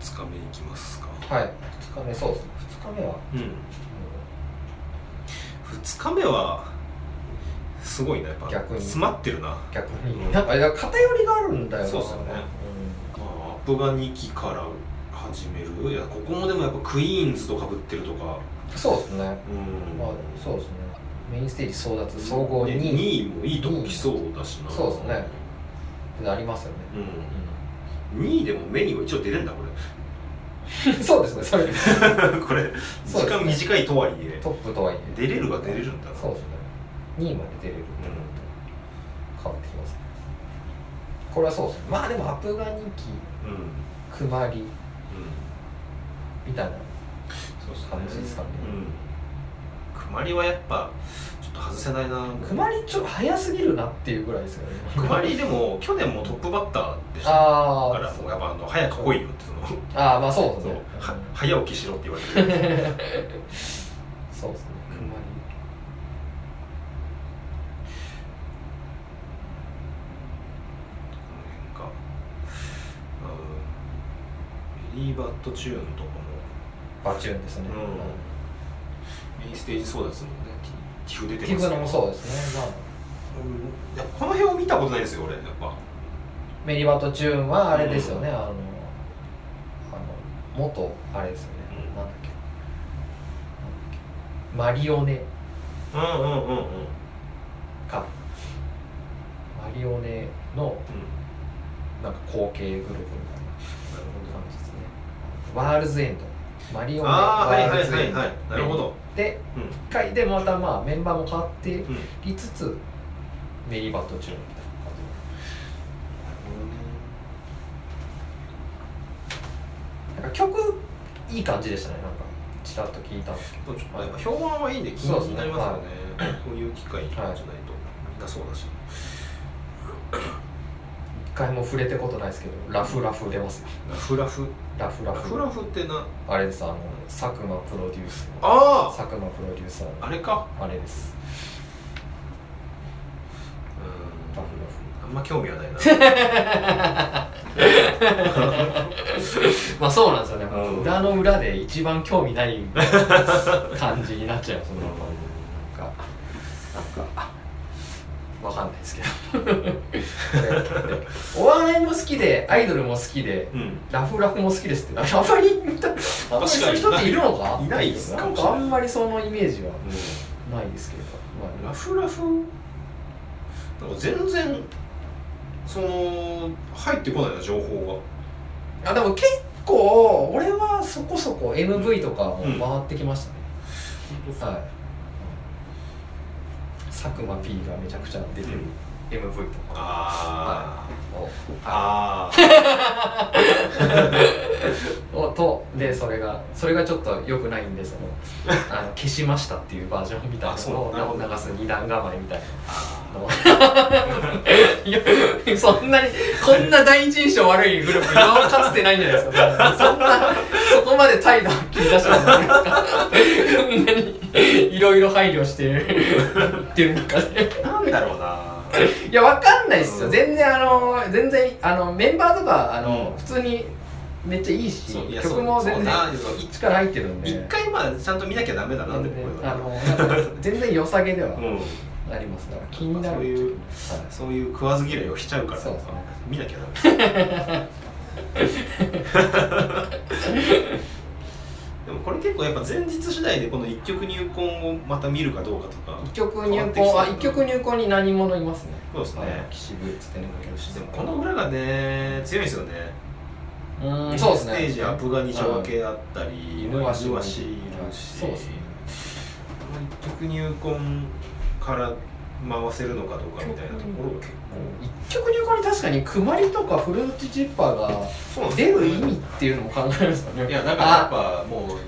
2日目に行きますかはい2日目そうですね2日目はもうん2日目はすごいなやっぱ逆に詰まってるなまう逆うんになんかいや偏りがあるんだよなそうっすよねあアップが2期から始めるいやここもでもやっぱクイーンズとかぶってるとかうんそうですねうんまあそうですねメインステージ争奪総合2位っ2位もいいとこ来そうだしなそうっすねてなりますよね、うん2位でもメニューは一応出れん だこうん、 そうです ねそれれこれ時そうですね間短いとはいえトップとはいえ出れるは出れるんだなそうですね2位まで出れる変わってきますねこれはそうですねまあでもアプガニキうんうんうんクマリみたいなそうっすね感じですかねうんくまりはやっぱちょっと外せないなクマリちょっと早すぎるなっていうぐらいですよねくまりでも去年もトップバッターでしたかああらもうやっぱあの早く来いよってそのああまあそうですそうねは早起きしろって言われてるそうですねうんクマこの辺かうんメリーバットチューンとかもリバチューンですね、うメインステージ争奪もね寄付出テてィますグけどナもそうですね、まあ、うんいやこの辺を見たことないですよ俺やっぱメリバとチューンはあれですよね、あのあの元あれですよね、うんなんだっけなんだっけマリオネうんうんうんうんかマリオネのなんか後継グループみたいな感じですねワールズエンドマリオネああワはいーはルいズはエいンドはいなるほどでうん1回でまたまあメンバーも変わってうんいつつメリバとチューンみたいな感じなんか曲いい感じでしたねなんかちらっと聞いたんですけちょっとやっぱ評判はいいんで気になりますよねこういう機会じゃないとみんなそうだしど一回も触れてことないですけどラフラフ出ますよラフラフラフララフフラフってなあれですあの佐久間プロデュースのあ佐久間プロデューサーあのあれかあれですうんラフあんま興味はないなまあそうなんですよね、うん裏の裏で一番興味ない感じになっちゃうそのなんかなんかわかんないですけ どお笑いも好きでアイドルも好きで うんラフラフも好きですってあ んまり見たあんまりそういう人っているのかいないですなんかあんまりそのイメージはないですけれど、まラフラフなんか全然その入ってこないな情報あ、あでも結構俺はそこそこ MV とかうんも回ってきましがたね、はい佐久間 P がめちゃくちゃ出てる MV とかあをーあ をとでそれがそれがちょっと良くないんでその あの消しましたっていうバージョンみたいあなそうなるほのをど流す二段構えみたい なあのいやそんなにこんな第一印象悪いグループ今までかつてないんじゃないですかそんなそこまで態度はっきり出してもらえないですかこんなにいろいろ配慮してるっていう中でーなんだろうないやわかんないっすよ、うん全然あの全然あのメンバーとかあの、うん普通にめっちゃいいしそういや曲もそう全然そうあーそうい力入ってるんで一回まあちゃんと見なきゃダメだなって全然これあはのなんか全然良さげではうんあります だから気になるそういうはいそういう食わず嫌いをしちゃうからそうですね見なきゃダメです でもこれ結構やっぱ前日次第でこの一曲入魂をまた見るかどうかとか一曲変わ入ってきそう魂だあな一曲入魂に何者いますねそうですねはい岸部つってねでもこの裏がね強いんですよねうーんそうですねステージアプガニシャワうん系だったり犬はシ犬はシいるしそうですねこの一曲入魂から回せるのかどうかみたいなところが結一曲入魂に確かにくまりとかフルーツジッパーが構そう出る意味っていうのも考えますよねいやだからやっぱもう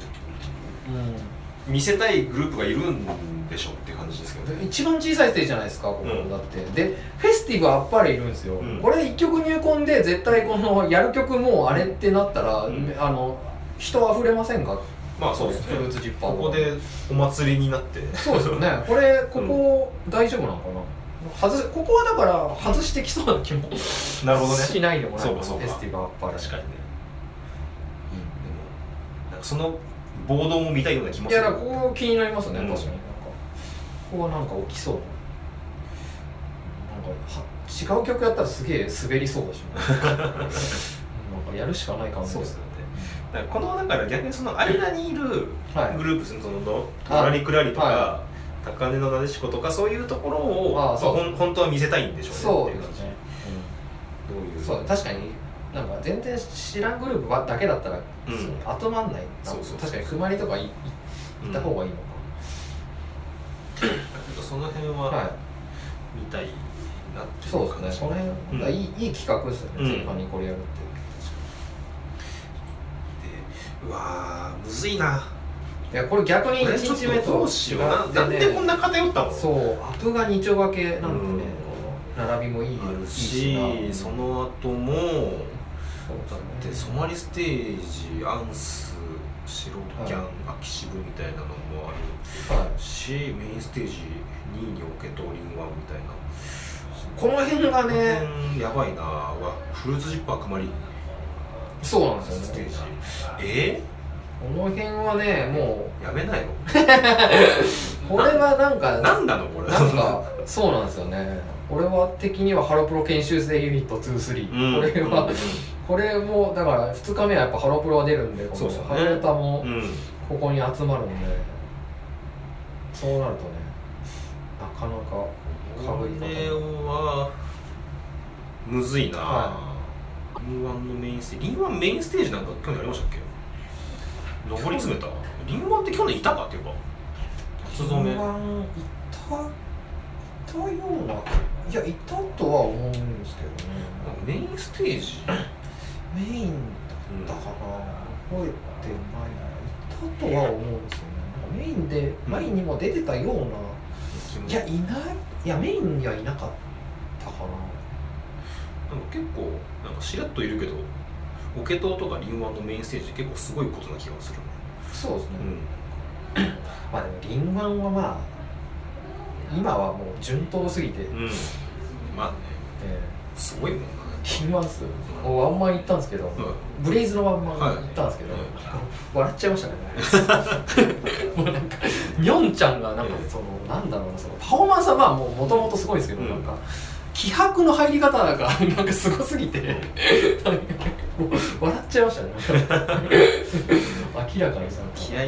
見せたいグループがいるんでしょって感じですけどうんね一番小さいステージじゃないですかここ、うんだってでフェスティブあっぱれいるんですよ、うんこれ一曲入魂で絶対このやる曲もうあれってなったら、うんあの人溢れませんかまあそうですねフルーツジッパーこはこでお祭りになってそうですよね。 これここ、大丈夫なのかな。外すここはだから外 してきそうな気もなるほどね しないでもない。そうかそうかフェスティバルあっぱれ。確かにねなんかその暴動も見たいような気もいするやだからここ気になりますね、うん確かになんかここはなんか起きそうななんかは違う曲やったらすげえ滑りそうだし なんかやるしかない感じそうですねよねだからこのだから逆にその間にいるはいグループそのそのあラリクラリとか、は高根のなでしことかそういうところあをあそうまあほん本当は見せたいんでしょそううねっていでう感すじね、どういうんうそう確かになんか全然知らんグループばだけだったら、うんそう後まんないなそうそうそう確かに踏まりとかいい行った方がいいのか、うんその辺はいは見たいなっていそううで感すじねこの辺、うんいいいい企画ですよね、うん全般にこれやるってでうわーむずいないやこれ逆にこれ1日目ちょっどとうしような違ってなんでこんな偏ったのそうアプが2丁掛けなんでね、うんこの並びもいいあるいいしなその後もそうだっでてすソねマリステージアンス白キャン、秋渋みたいなのもあるはいしメインステージ2位にオケとリンワンみたいなこの辺がね、うんやばいなわフルーツジッパーくまりそうなんですスよテーねジえこの辺はねもやめなようこれはなんかなんなの これなんかそうなんですよね俺は的にはハロプロ研修生ユニット23、うんこれは、うんこれもだから2日目はやっぱハロプロは出るんでこのそうですよねハロタも、うんうんここに集まるんでそうなるとねなかなかこ被りれ方はむずいな、はリンワンのメインステージリンワンメインステージなんか去年ありましたっけ上り詰めたリンワンって去年いたかっていうか夏染め順番いたいたようないやいたとは思うんですけどねメインステージ、メインうんだったかな覚えてないないたとは思うんですよねなんかメインでうん前にも出てたような、いやいないいやメインにはいなかったかななんか結構なんかしらっといるけどオケ島とかリンワンのメインステージって結構すごいことな気がするねそうですね、うんまあでもリンガンはまあ今はもう順当すぎて、うんまあねえすごいもんなー、マンスをワンマン行ったんですけど、ブレイズのワンマン行ったんですけど、はい笑っちゃいましたね もうなんかにょんちゃんがなんかそのなんだろうなそのパフォーマンスはまあもともとすごいんですけど、うんなんか気迫の入り方がなんかすごすぎて なんかもう笑っちゃいましたね 明らかにさ気合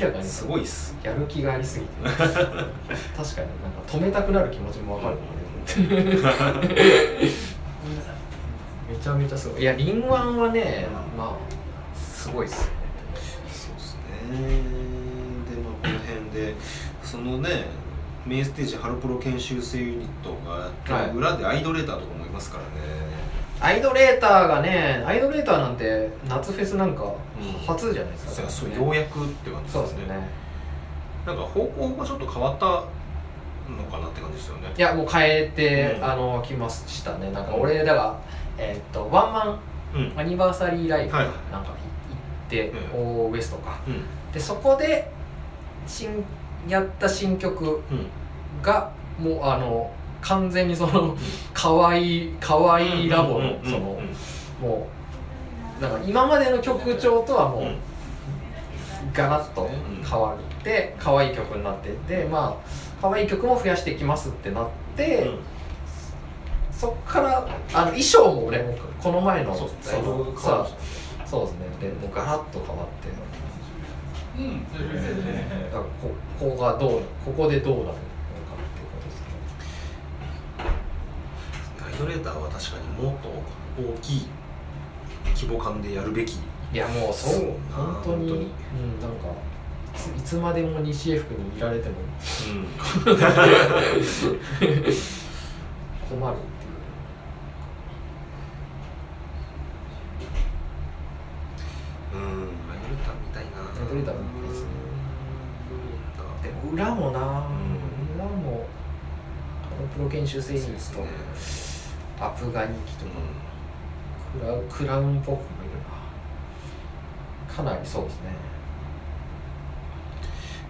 明らかにすさごいっすやる気がありすぎて 確かになんか止めたくなる気持ちもわかるので、めちゃめちゃすごいいやリンワンはね、まあすごいっすよねそうですねでまあこの辺でそのねメインステージハロプロ研修生ユニットが、はい裏でアイドレーターとかもいますからねアイドレーターがねアイドレーターなんて夏フェスなんかん初じゃないですそか、うそうようやくって感じそうでですすねねなんか方向がちょっと変わったのかなって感じですよねいやもう変えて、うんあの来ましたねなんか俺だから、えーっとワンマうんンアニバーサリーライブはいなんか行って、うんオーウエストかうんでそこで新やった新曲うんがもうあの完全にその可愛い可愛いラボうんうのんうんそのうんもうなんか今までの曲調とはもううんガラッと変わって可愛い曲になってでまあ可愛い曲も増やしていきますってなってそっからあの衣装も俺もこの前のそうそだいぶ変のわさりましそうですねでもうガラッと変わってたうんだからこここがどうここでどうなるのかっていうことですねガイドレーターは確かにもっと大きい規模感でやるべきいやもうそうそう本本当に当にうん、なんかいついつまでも西江福にいられても困るっていううんアイドルタみたいなアイドル歌みたいですねででもも裏もな、うん裏もあのプロ研修生そう員ですと、ねアプガニキとクラウクラウンっぽくもいるなかなりそうですね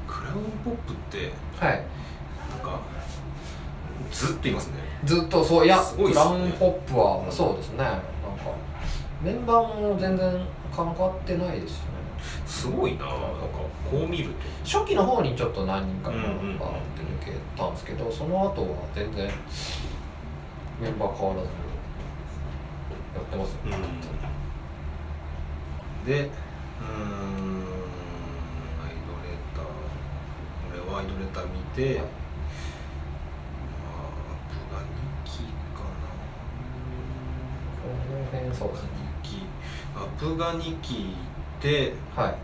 クラウンポップってはいなんかずっといますねずっとそういやすごいっクすねラウンポップは、うんそうですねなんかメンバーも全然関わってないですしねすごいななんかこう見る初期の方にちょっと何人かうんうバんーうんって抜けたんですけどその後は全然メンバー変わらずやってますよと、でうーんアイドレター俺はアイドレター見て、はいまあアップが2期かこの辺そうなですね2期アップが2期ではい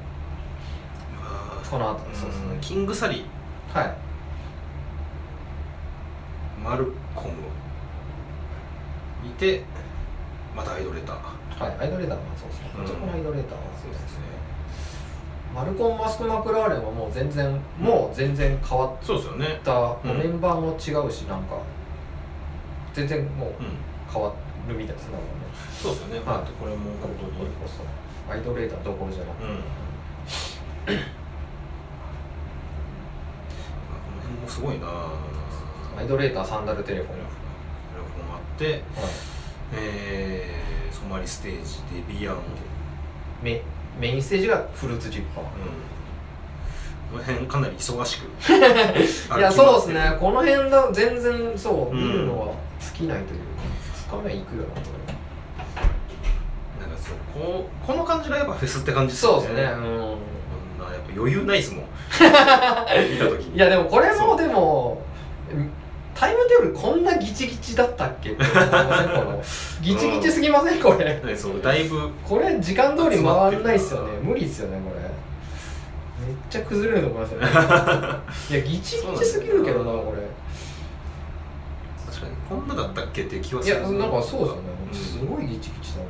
あーこの後そうですねんキングサリーはいマルコム見てまたアイドレターはいアイドレーターはそうですねうんこっちもアイドレーターはそうですねマルコン・マスク・マクラーレンはもう全然もう全然変わっそうですよねた、もううんメンバーも違うしなんか全然もううん変わるみたいですねなんかねそうですよね、はいだってこれも本本当当ににこそアイドレーターどころじゃなくうて、んまあこの辺もすごいなアイドレーターサンダルテレフォン、はい両方もあってえー、ソマリステージデビアンうんメメインステージがフルーツジッパーこの辺かなり忙しく いやそうですねこの辺だ全然そう、うん見るのは尽きないというか2日目行くよなこれなんかそうこうこの感じがやっぱフェスって感じそうですねこうんんなやっぱ余裕ない ですもん見た時にいやでもこれそもうでもうんタイムテーブルこんなギチギチだったっけって思いませんこのギチギチすぎませんこれねそうだいぶこれ時間通り回んないっすよね無理っすよねこれめっちゃ崩れると思います よねいやギチギチすぎるけどなこれ確かにこんなだったっけっていう気はいするやなんかそううんですよねすごいギチギチだな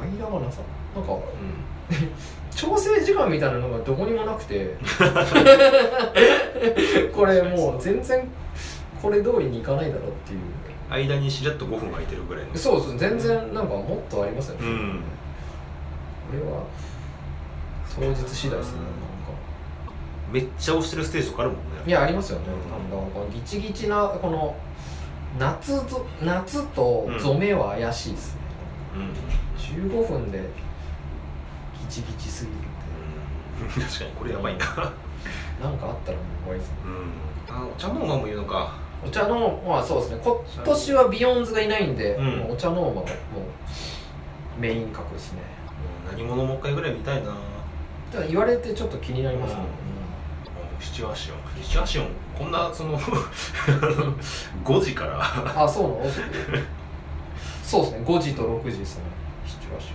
間がなさなんかう調整時間みたいなのがどこにもなくて これもう全然これ通りにいかないだろうっていうん間にしれっと5分空いてるぐらいのそうです全然なんかもっとありますよね、うんこれは当日次第ですねなんかめっちゃ押してるステージとかあるもんいねやありますよね、うんなんかこのギチギチなこの夏ぞ夏とうん染めは怪しいですね、うん、うん、 15分でギチギチすぎるっ確かにこれやばいなてなんかあったらもう終わりですねうんあお茶の馬もいるのかお茶のまあそうですね今年はビヨンズがいないんで、うんもうお茶の馬ももうメイン格ですねもう何者もう一回ぐらい見たいなもただ言われてちょっと気になりますね、うシチュアシオンシチュアシオンこんなその 5時からあそうなの遅くそうですね5時と6時ですねシチュアシシ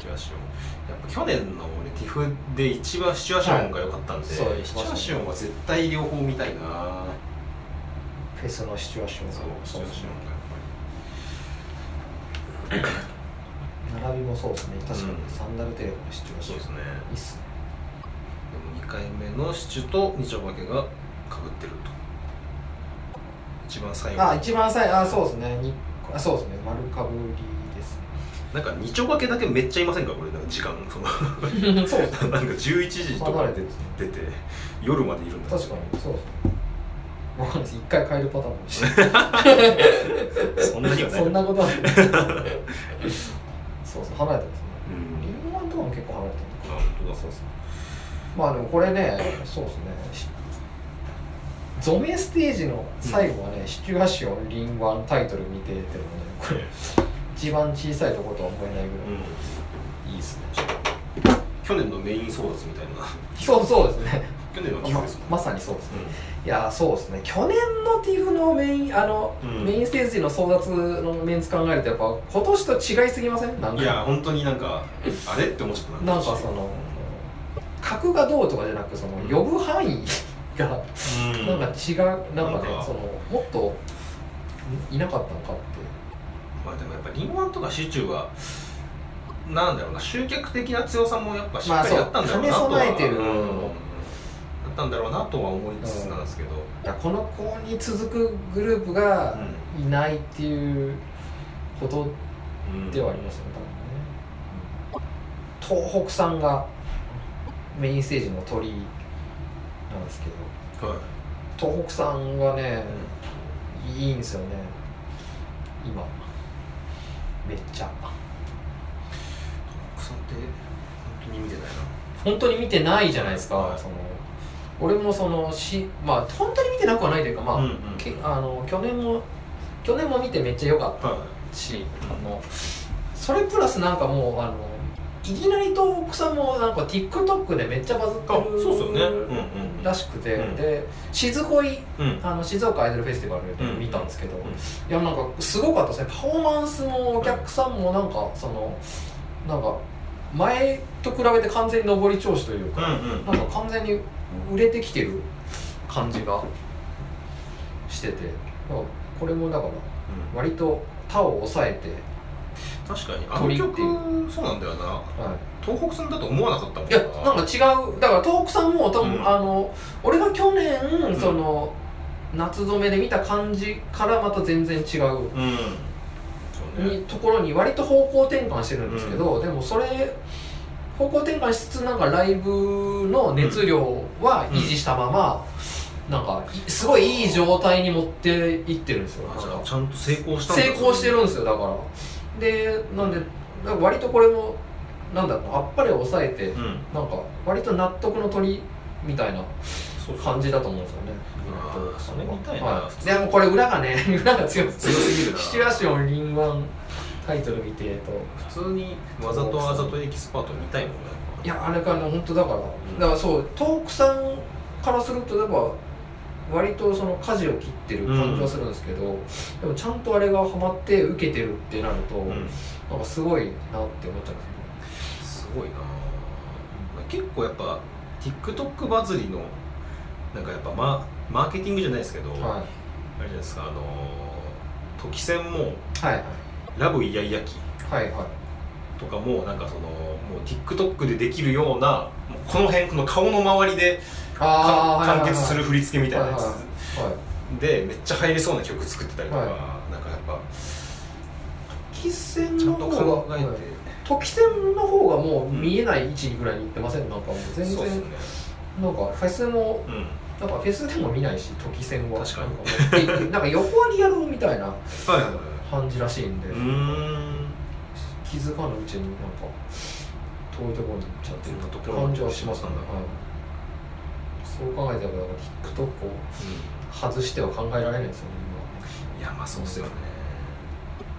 チュアシオンやっぱ去年の俺ティフで一番シチュアシオンが良かったんで、はいそうシチュアシオンは絶対両方見たいなョンフェスのシチュアションそうシチュアシオンがやっぱり並びもそうですね確かに、うんサンダルテレフォンシチュアシそうョンですねいいっすねでも2回目のシチュと二丁化けがかぶってると一番最後あ一番最後あそうですねにあそうですね丸かぶりですなんか二丁化けだけめっちゃいませんかこれなんか時間その ねそうですねなんか11時と離かれてでるんですね出て夜までいるんだ確かにそうですねわかんないです一回変えるパターンもしてそんなに はないそんなことはないそうそう離れてますねうんリンゴワンとかも結構離れてるあ本当だそうですねまあでもこれねそうですねしゾメステージの最後はね、シチュアシオンリンワンタイトル見ててもねこれ一番小さいとことは思えないぐらうい、んいいですね去年のメイン争奪みたいなそうそうですね去年のまですまさにそうですねいやーそうですね去年のティフのメインあの、うんメインステージの争奪のメンツ考えるとやっぱ今年と違いすぎませんなんうんかいや本当になんかあれって思っちゃったなんかその格がどうとかじゃなくその呼ぶ範囲がうんなんか違うなんなんかねかそのもっといなかったのかってまあでもやっぱリンワンとかシチューはなんだろうな集客的な強さもやっぱしっかりまああったんだろうなとそうは、兼ね備えてるうんあったんだろうなとは思いつつなんですけど、いやこの子に続くグループがいないっていうことうんではありますよね多分ね東北さんがメインステージの鳥なんですけどはい東北さんがねいいんですよね今めっちゃ奥さんって本当に見てない本当に見てないじゃないですか、はいその俺もそのしまあ本当に見てなくはないというかまなあ、うんうんけあの去年も去年も見てめっちゃ良かっはたしあのそれプラスなんかもうあのいきなり東北さんもなんか TikTok でめっちゃバズっいてあそうるっすよねうんうんうんらしくて、うんで静恋うんあの静岡アイドルフェスティバルで見たんですけど、んうんいやなんかすごかったですねパフォーマンスもお客さんもなんかそのなんか前と比べて完全に上り調子といううか、んうんなんか完全に売れてきてる感じがしててまあこれもだからうん割と他を抑えて、確かにあの曲そうなんだよなは東北さんだと思わなかったもんい、いやなんか違うだから東北さんも多分、うんあの俺が去年、んその夏染めで見た感じからまた全然違ううんそうねにところに割と方向転換してるんですけど、でもそれ方向転換しつつなんかライブの熱量は維持したまま、なんかいすごいいい状態に持っていってるんですよあなんじゃあかちゃんと成功したんだ成功してるんですよだからでなんでだから割とこれもなんだろうなあっぱれを抑えて、うんなんか割と納得の鳥みたいなそうそう感じだと思うんですよねあーそれみたいなはい、でもこれ裏がね 裏が強いです強すぎるなシチュラシオンリンワンタイトル見てえと普通にわざとあざとエキスパート見たいもんねいやあれから本当だから、んだからそう東北さんからするとやっぱ割とその舵を切ってる感じはするんですけど、でもちゃんとあれがハマって受けてるってなると、うんなんかすごいなって思っちゃうんですごいな結構やっぱ TikTok バズりのなんかやっぱママーケティングじゃないですけど、すよあれはじゃないですかあのー時戦もいはいラブイヤイヤ期はいはいはいとかもなんかそのもう TikTok でできるようなもうこの辺この顔の周りでかー完結する振り付けみたいなやはいはつはいでめっちゃ入りそうな曲作ってたりとか、なんかやっぱ時線ちゃのんと方考がえて、時線の方がもう見えない位置ぐらいに行ってませんなんかもう全そう然ですねなんかフェスもうんなんかフェスでも見ないし時線は確かになんかもうなんか横割りやろうみたいなはいはいはい感じらしいんで、うーん気づかぬうちになんか遠いところに行っちゃってると感じはしますうね、んはい、そう考えたらだから TikTok を外しては考えられないですよねいやまあそうっす よね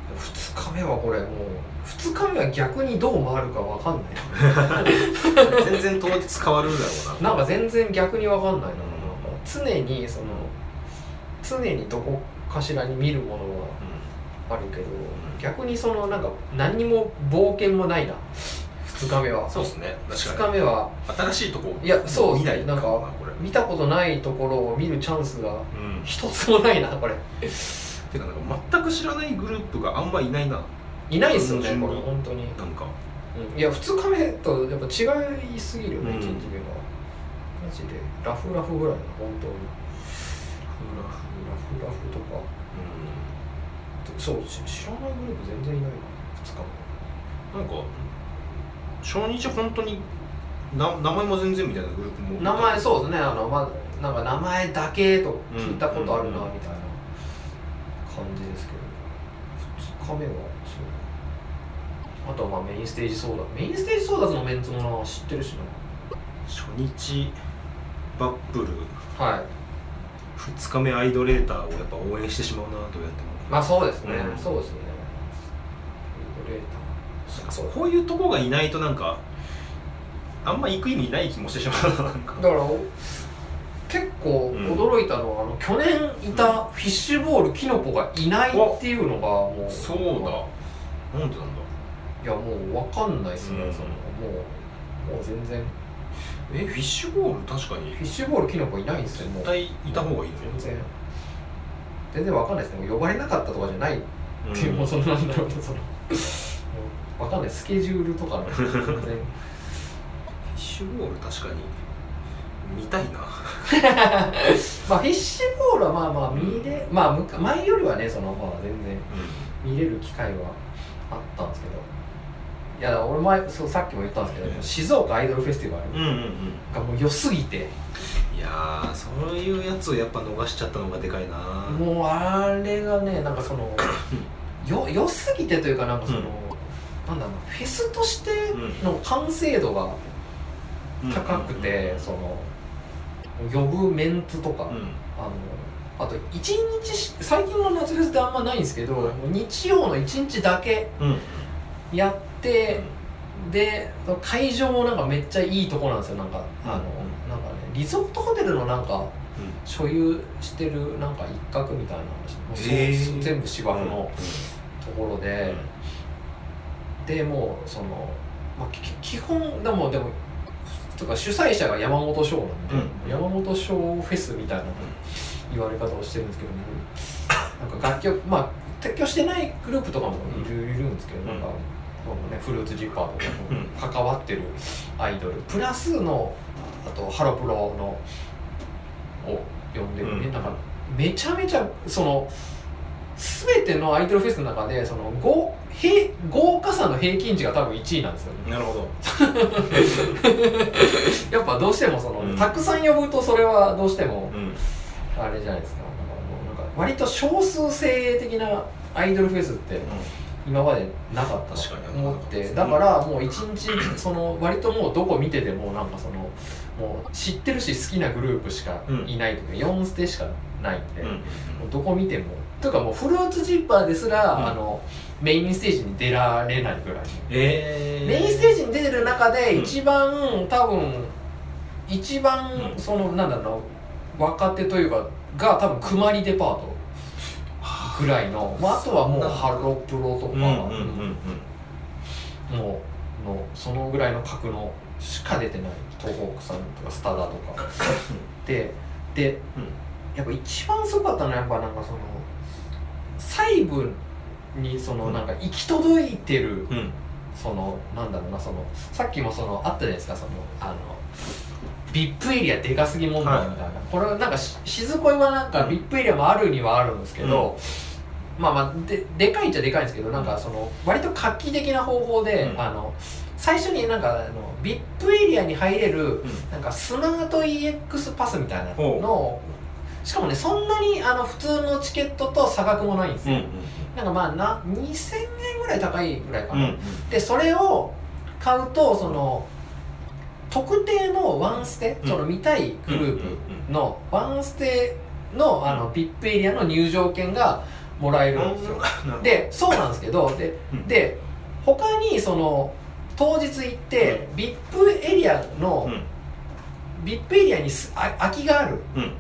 今2日目はこれもう2日目は逆にどう回るかわかんない全然当日変わるだろうななんか全然逆にわかんないな常にその常にどこかしらに見るものはあるけど逆にそのなんか何にも冒険もないな2日目うはんそうっすね2確か日目はに新しいとこいやそう見ないなんかこれ見たことないところを見るチャンスがうん一つもないなこれてかなんか全く知らないグループがあんまいないないないですよねうんこれ本当に、なんかうんいや2日目とやっぱ違いすぎるよね、うん1日目はマジでラフラフぐらいな本当にラフラフラフとかそうし知らないグループ全然いないな2日うんなんか初日本当にな名前も全然みたいなグループも目名前そうですねあのまあなんか名前だけと聞いたことあるなうんみたいな感じですけど2日目はそうあとはまあメインステージソーダメインステージソーダズのメンツもな知ってるし初日バップルなはい2日目アイドレーターをやっぱ応援してしまうなどうやってもまあそうですね、うんそうですねレーなんかそうこういうとこがいないとなんかあんま行く意味ない気もしてしまうななんかタだからお結構うん驚いたのは、あの去年いたフィッシュボールキノコがいないっていうのがもうそうだなんでなんだいやもう分かんないっすね、うんそのもうもう全然えフィッシュボール確かにフィッシュボールキノコいないんですよも絶う対いた方がいいね全然全然分かんないですねもう呼ばれなかったとかじゃないっうてんいう、もうそのなんだろうなその分かんないスケジュールとかの全然フィッシュボール確かに見たいなまあフィッシュボールはまあまあ見れ、まあむか前よりはねそのまあ全然見れる機会はあったんですけどいやだから俺前そうさっきも言ったんですけえどえ静岡アイドルフェスティバルんうんがもう良すぎて、いやーそういうやつをやっぱ逃しちゃったのがでかいな もうあれがねなんかそのよ良すぎてというかなんかその、うんなんだろうなフェスとしての完成度が高くて、その呼ぶメンツとか、うんうんあのあと一日し最近の夏フェスってあんまないんですけど、日曜の一日だけうんうんやって、で会場もなんかめっちゃいいとこなんですよなんかあの、うんなんかねリゾートホテルのなんか所有してるなんか一角みたいな話もうそうへー全部芝生のところで、でもうその、まあ、き基本でもでもとか主催者が山本翔なんで、うん山本翔フェスみたいな言われ方をしてるんですけどもなんか楽曲まあ撤去してないグループとかもいる,、いるんですけど、なんかうんそのね、フルーツジッパーとうんかも関わってるアイドル、プラスのあとハロプロのを呼んでるね、うんなんかめちゃめちゃその全てのアイドルフェスの中でその豪平豪華さの平均値が多分1位なんですよねうんなるほどやっぱどうしてもその、うんたくさん呼ぶとそれはどうしてもうんあれじゃないですかなんか割と少数精鋭的なアイドルフェスって今までなかった確かに思ってだからもう一 日その割ともうどこ見ててもなんかそのもう知ってるし好きなグループしかいないというか、4ステしかないんで、うんもうどこ見てもというかもうフルーツジッパーですら、うんあのメインステージに出られないぐらいえーメインステージに出てる中でうん一番、多分一番うんその、なんだろうな若手というかが多分くまりデパートぐらいの、まあ、あとはもうそんなハロプロとか、うんうんうんうんもうのそのぐらいの格のしか出てない東北さんとかスタダとかででやっぱ一番すごかったのはやっぱなんかその細部にそのなんか行き届いてる、うんうんそのなんだろうなそのさっきもそのあったじゃないですかそのあの VIP エリアでかすぎ問題みたいな、はいこれはなんかし静恋はなんうかん VIP エリアもあるにはあるんですけど、まあまあででかいっちゃでかいんですけどなんかその割と画期的な方法で、うんあの最初になんかあの VIP エリアに入れるうんなんかスマート EX パスみたいなのほうをしかもねそんなにあの普通のチケットと差額もないんですうんよ、なんかまあな2000円ぐらい高いぐらいかうな、んでそれを買うとその特定のワンステ、うんその見たいグループのワンステのあの VIP エリアの入場券がもらえるんですよででそうなんですけどでうんで他にその当日行って、VIP エリアうの、ん VIP エリアにすあ空きがあるうん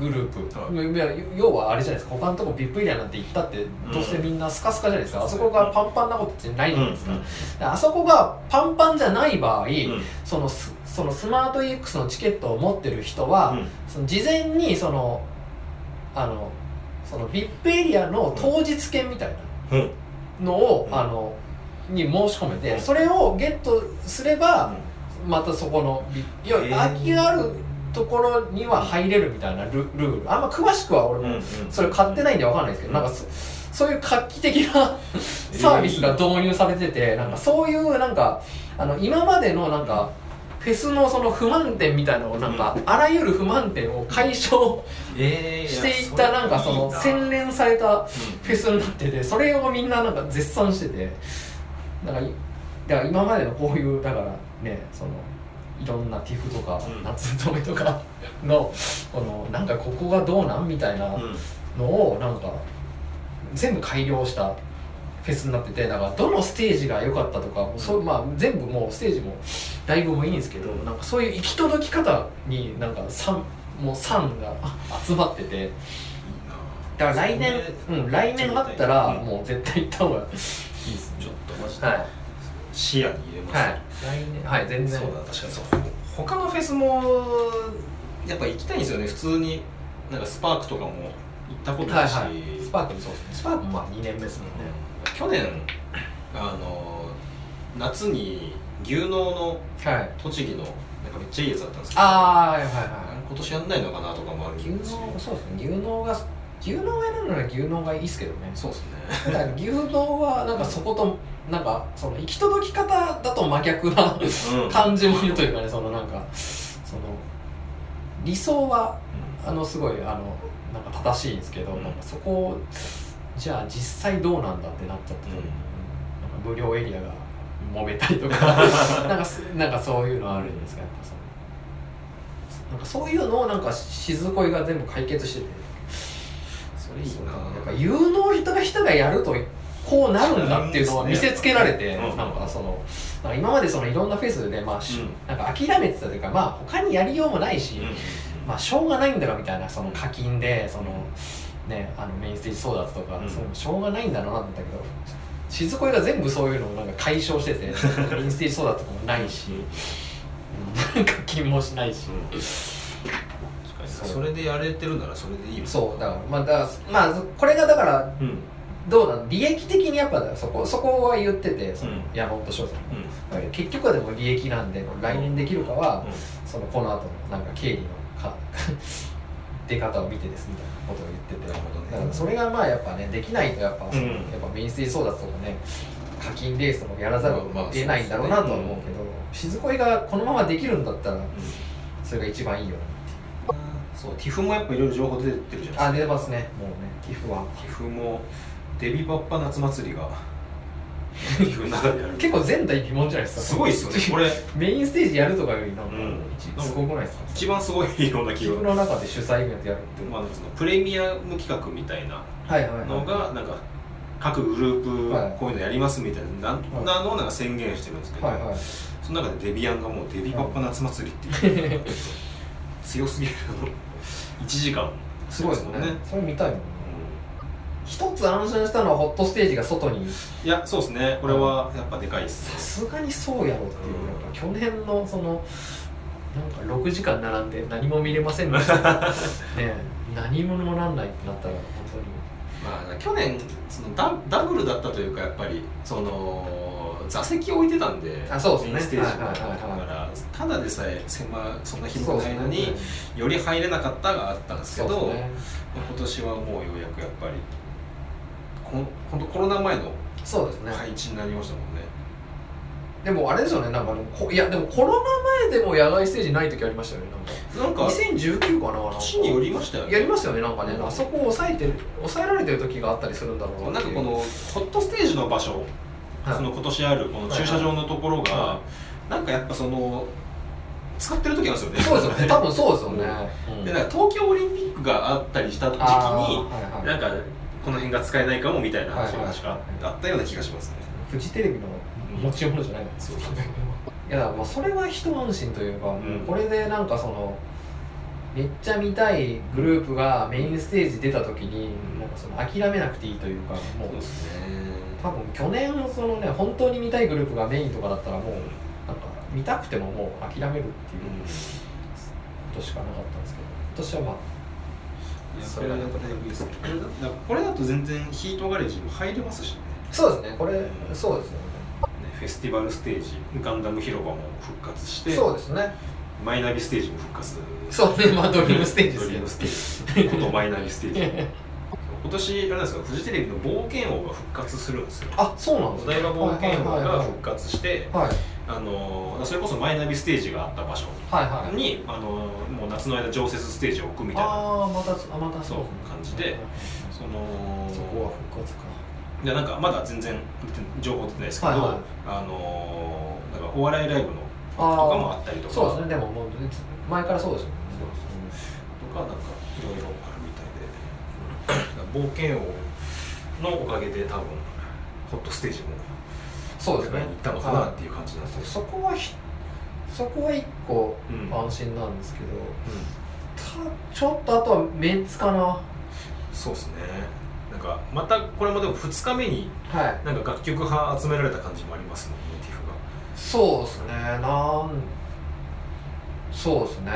グループ、はいや要はあれじゃないですか他のとこ VIP エリアなんて行ったってどうせみんなスカスカじゃないですか、あそこがパンパンなことってないじゃないですか、であそこがパンパンじゃない場合、うんそのスそのスマート EX のチケットを持ってる人は、うんその事前にそのあのその VIP エリアの当日券みたいうんなのを、うんあのに申し込めて、うんそれをゲットすれば、またそこの VIP 要はへー空きがあるところには入れるみたいなルルールあんま詳しくは俺もそれ買ってないんでわかんないですけど、うんなんかそそういう画期 的なサービスが導入されてて、なんかそういうなんかあの今までのなんかフェスのその不満点みたいなのをなんか、あらゆる不満点を解消えーしていったなんかその洗練されたフェスになっててそれをみんななんか絶賛しててなんかいだから今までのこういうだからねそのいろんな TIFF とかうん夏止めとかのこのなんかここがどうなんみたいな。のをなんか全部改良したフェスになっててだからどのステージが良かったとか、んそうまあ、全部もうステージもライブもいいんですけど、うんなんかそういう行き届き方になんかさんもうさんがあ集まっててだから来年、うん、来年あったらうんもう絶対行った方がいいですねちょっとマジではい視野に入れますはい来年はい全然そうだ確かにそう他のフェスもやっぱ行きたいんですよね普通になんかスパークとかも行ったことはいだし、はいスパークもそうですねスパークもまあ2年目ですもんね去年あの夏に牛脳のはい栃木のなんかめっちゃいいやつだったんですけどああはいはいはい今年やんないのかなとかもある牛し脳そうですね牛脳が牛脳がやるなら牛脳がいいですけどねそうですねただ牛丼はなんかそことなんかその行き届き方だと真逆なうん感じもいるというかねそのなんかその理想はあのすごいあのなんか正しいんですけど、うんなんかそこをじゃあ実際どうなんだってなっちゃった時に、うんなんか無料エリアが揉めたりとかなんかすなんかそういうのあるじゃないですかやっぱそのなんかそういうのをなんか静恋が全部解決しててそれいいなやっぱ有能人が人がやるとこうなるんだっていうのを見せつけられて、うんなんかそのなんか今までそのいろんなフェスで、まあしうんなんか諦めてたというか、まあ、他にやりようもないし、うんまあ、しょうがないんだろうみたいなその課金でその、ね、あのメインステージ争奪とか、うんそういうのしょうがないんだろうなって言ったけど静恋が全部そういうのをなんか解消し ててメインステージ争奪とかもないし、うん、課金もしないし。確かにそうそれでやれてるならそれでいいよそうだからまあだからまあこれがだからうんうんどうなの利益的にやっぱだそこそこは言っててそのうん山本翔さん、だから結局はでも利益なんで来年できるかは、そのこの後のなんか経理のか 出方を見てですみたいなことを言っててなるほどねだからそれがまあやっぱねできないとやっぱ、うんやっぱメインステージ争奪とかね課金レースもやらざるを得ないんだろうなとは思うけど、静恋がこのままできるんだったらそれが一番いいよそう TIFF もやっぱいろいろ情報出てるじゃななあいで出ますねもうね寄付はすか TIFF もデビバッパ夏祭 りが TIFF の中でやる結構前代未聞じゃないですかすごいっすよ ねこれメインステージやるとかよりなんか、うん一すごくないですか一番すごいような気自 が分の中で主催イベントやるって、まあ、そのプレミアム企画みたいなはいはいはいのがなんか各グループこういうのやりますみたいななはいなのをなんか宣言してるんですけど、はいはいその中でデビアンがもうデビパッパ夏祭りっていう、 強すぎる1時間すごいですもんねうんそれ見たいもん一つ安心したのはホットステージが外にいやそうですねこれはやっぱでかいっすさすがにそうやろっていう、うんやっぱ去年のそのなんか6時間並んで何も見れません でしたねえ何ももなんないってなったら本当にまあ、去年そのダダブルだったというかやっぱりその座席置いてたんであそうっすねメインステージとかはいだはいはいはかいらただでさえ狭そんなそう広でくすないねのに、より入れなかったがあったんですけそうどですね今年はもうようやくやっぱりこんほんとコロナ前のそうですね、配置になりましたもんね、でもあれですよねなんかでもこいやでもコロナ前でも野外ステージない時ありましたよねなんかなんか2019かななんか年によりましたよやりねましたよねなんかねあそこを抑えてる抑えられてる時があったりするんだろうなんってかいうこのホットステージの場所、はいその今年あるこの駐車場のところが、はなんかやっぱその使ってる時なんですよねそうですよね多分そうですよね、うんでなんか東京オリンピックがあったりした時期あにーはいはないんかこの辺が使えないかもみたいな話が確かあったような気がしますね、フジテレビの持ち物じゃないのそうそういやだからまあそれは一安心というか、んこれでなんかそのめっちゃ見たいグループがメインステージ出た時に、うんなんかその諦めなくていいというかもうそうですね多分去年そのね本当に見たいグループがメインとかだったらもうなんか見たくてももう諦めるっていうことしかなかったんですけど今年はまあいやそこれれががややっっぱぱだいぶいいですねこれだこれだと全然ヒートガレージも入れますしねそうですねこれそうですよねねフェスティバルステージガンダム広場も復活してそうですねマイナビステージも復活そうねまあドリームステージドリーでムすステージことマイナビステージ今年あれなんですかフジテレビの冒険王が復活するんですよ あそうなんでおす台場冒険王はいはいがはい復活してはいあのそれこそマイナビステージがあった場所はいはいにあのもう夏の間常設ステージを置くみたいなああまたそあまたそう感じでそのそこは復活かいやなんかまだ全然情報出てないですけど、はいはいあのー、なんかお笑いライブのとかもああったりとあかそうですねでももう前からそうですよねそうとかなんかいろいろあるみたいでだから冒険王のおかげで多分ホットステージもそうです世界ねに行ったのかなっていう感じなんですよ、そこはひそこは一個うん安心なんですけど、たちょっとあとはメンツかなはそうですねなんかまたこれもでも2日目にいなんか楽曲派集められた感じもありますもんね TIFF がそうですねなんそうですね、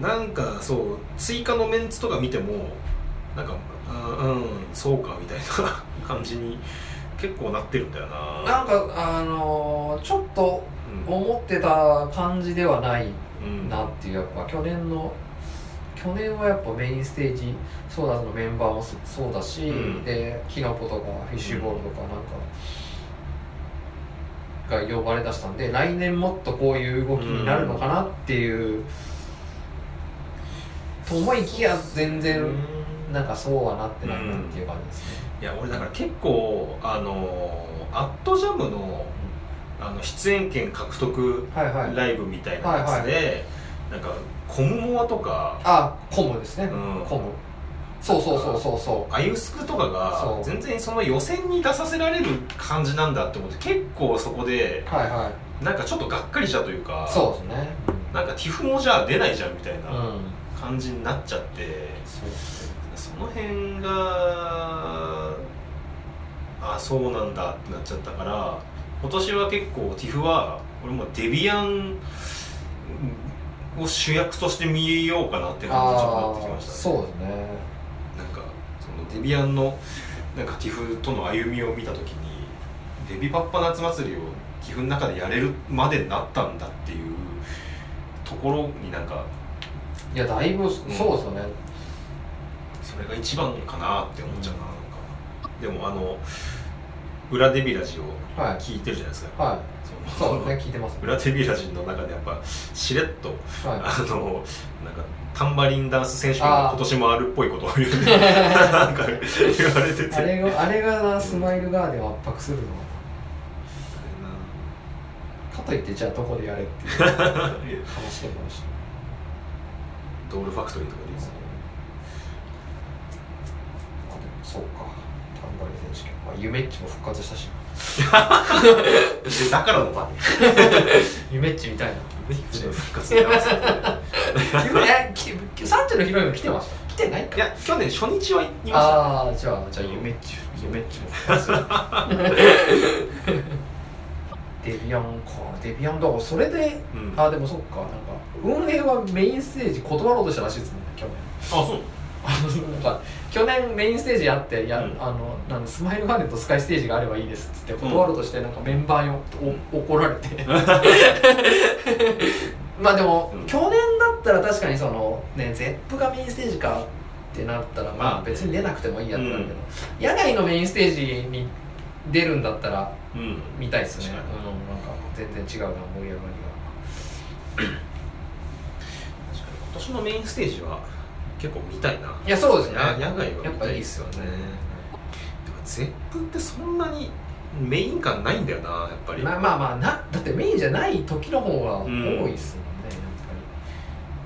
なんかそう追加のメンツとか見てもなんかうん、うん、そうかみたいな 感じに結構なってるんだよななんかあのーちょっとうん思ってた感じではないうんなっていうやっぱ去年の去年はやっぱメインステージソーダズのメンバーもそそうだし、うんでキノコとかフィッシュボールとかなんか、が呼ばれだしたんで来年もっとこういう動きになるのかなっていう、と思いきや全然うんなんかそうはなってないなっていう感じですね、いや俺だから結構あのーアットジャムのあの出演権獲得はいはいライブみたいなやつで、なんかコムモアとかあコムですね、うんコムそうそうそうそうそアユスクとかそがう全然その予選に出させられる感じなんだって思って結構そこでうはいはいなんかちょっとがっかりしたというかそうですねなんか TIFF もじゃあ出ないじゃんみたいうんな感じになっちゃって、その辺があそうなんだってなっちゃったから今年は結構 TIFF は俺もデビアンを主役として見ようかなって感じにちょっとなってきあまあしたねそうですねなんかそのデビアンのなんか TIFF との歩みを見た時にデビパッパ夏祭りを TIFF の中でやれるまでになったんだっていうところになんかいやだいぶそうですよね、それが一番かなって思っちゃうな,、なんかでもあの裏デビラジをはい聞いてるじゃないですか、はそいのそうですね聞いてます 裏デビラジの中でやっぱしれっと、はあのなんかタンバリンダンス選手権が今年もあるっぽいことを言う なんか言われていてあ れがあれがなスマイルガーデンを圧迫するのかなかといってじゃあどこでやれっていういや話でもあるしドールファクトリーとかでいいですねあでもそうかタンバリン選手権、まあ、ゆめっちも復活したしだからのパ ンゆめっちみたいな復活してます えきサンチェのヒロインも来てました来てないいや去年初日は言いましたああーじゃあじゃあゆめっちゆめっちも復活するデビアンかデビアンだからそれでうんあでもそっかなんか運営はメインステージ断ろうとしたらしいですもんね去年あそうあのなんか去年メインステージやってや、うんあのなんだスマイルガーデンとスカイステージがあればいいですっつって断ろうとして、なんかメンバーにお怒られて まあでも、うん去年だったら確かにそのね ZEP がメインステージかってなったらままああ別に出なくてもいいやってなるけど、野外のメインステージに出るんだったらうん見たいですね、うん、確なんかにか全然違うな盛り上がり確かに今年のメインステージは結構見たいながいやそうですねや野外はや見っぱたいいいでっすすよよねねてかゼップってそんなにメイン感ないんだよなやっぱり、まあまあまあなだってメインじゃない時の方が多いっすもんね、